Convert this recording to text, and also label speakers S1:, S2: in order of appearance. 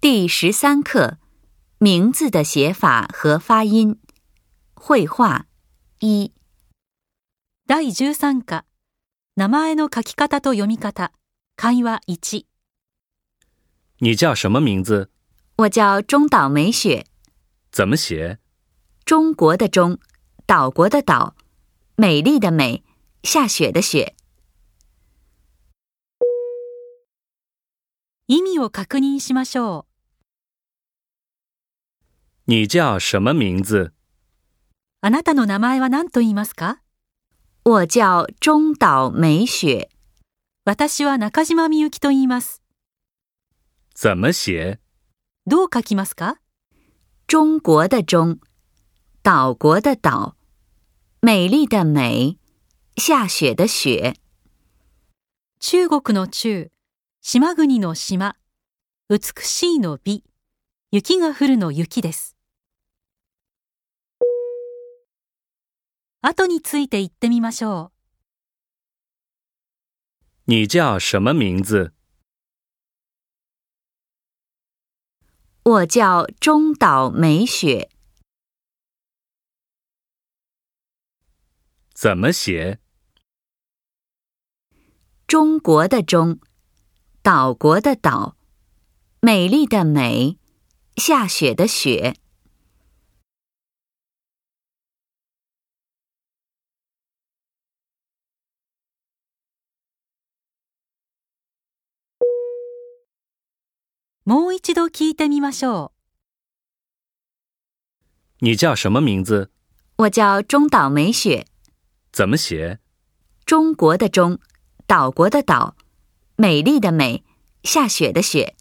S1: 第十三课：名字的写法和发音。绘画一。
S2: 第13課、名前の書き方と読み方、会話1、
S3: 你叫什么名字？
S1: 我叫中岛美雪，
S3: 怎么写？
S1: 中国的中，岛国的岛，美丽的美，下雪的雪。
S2: 意味を確認しましょう。
S3: 你叫什么名字？
S2: あなたの名前は何と言いますか
S1: 我叫中岛美雪，
S2: 私は中島みゆきと言います。
S3: 怎么写？
S2: どう書きますか
S1: 中国的中，岛国的岛，美丽的美，下雪的雪。
S2: 中国の中、島国の島、美しいの美、雪が降るの雪です。後について言ってみましょう。
S3: 你叫什么名字？
S1: 我叫中岛美雪。
S3: 怎么写？
S1: 中国的中，岛国的岛，美丽的美，下雪的雪。
S2: もう一度聞いてみましょう。
S3: 你叫什么名字？
S1: 我叫中岛美雪，
S3: 怎么写？
S1: 中国的中，岛国的岛，美丽的美，下雪的雪。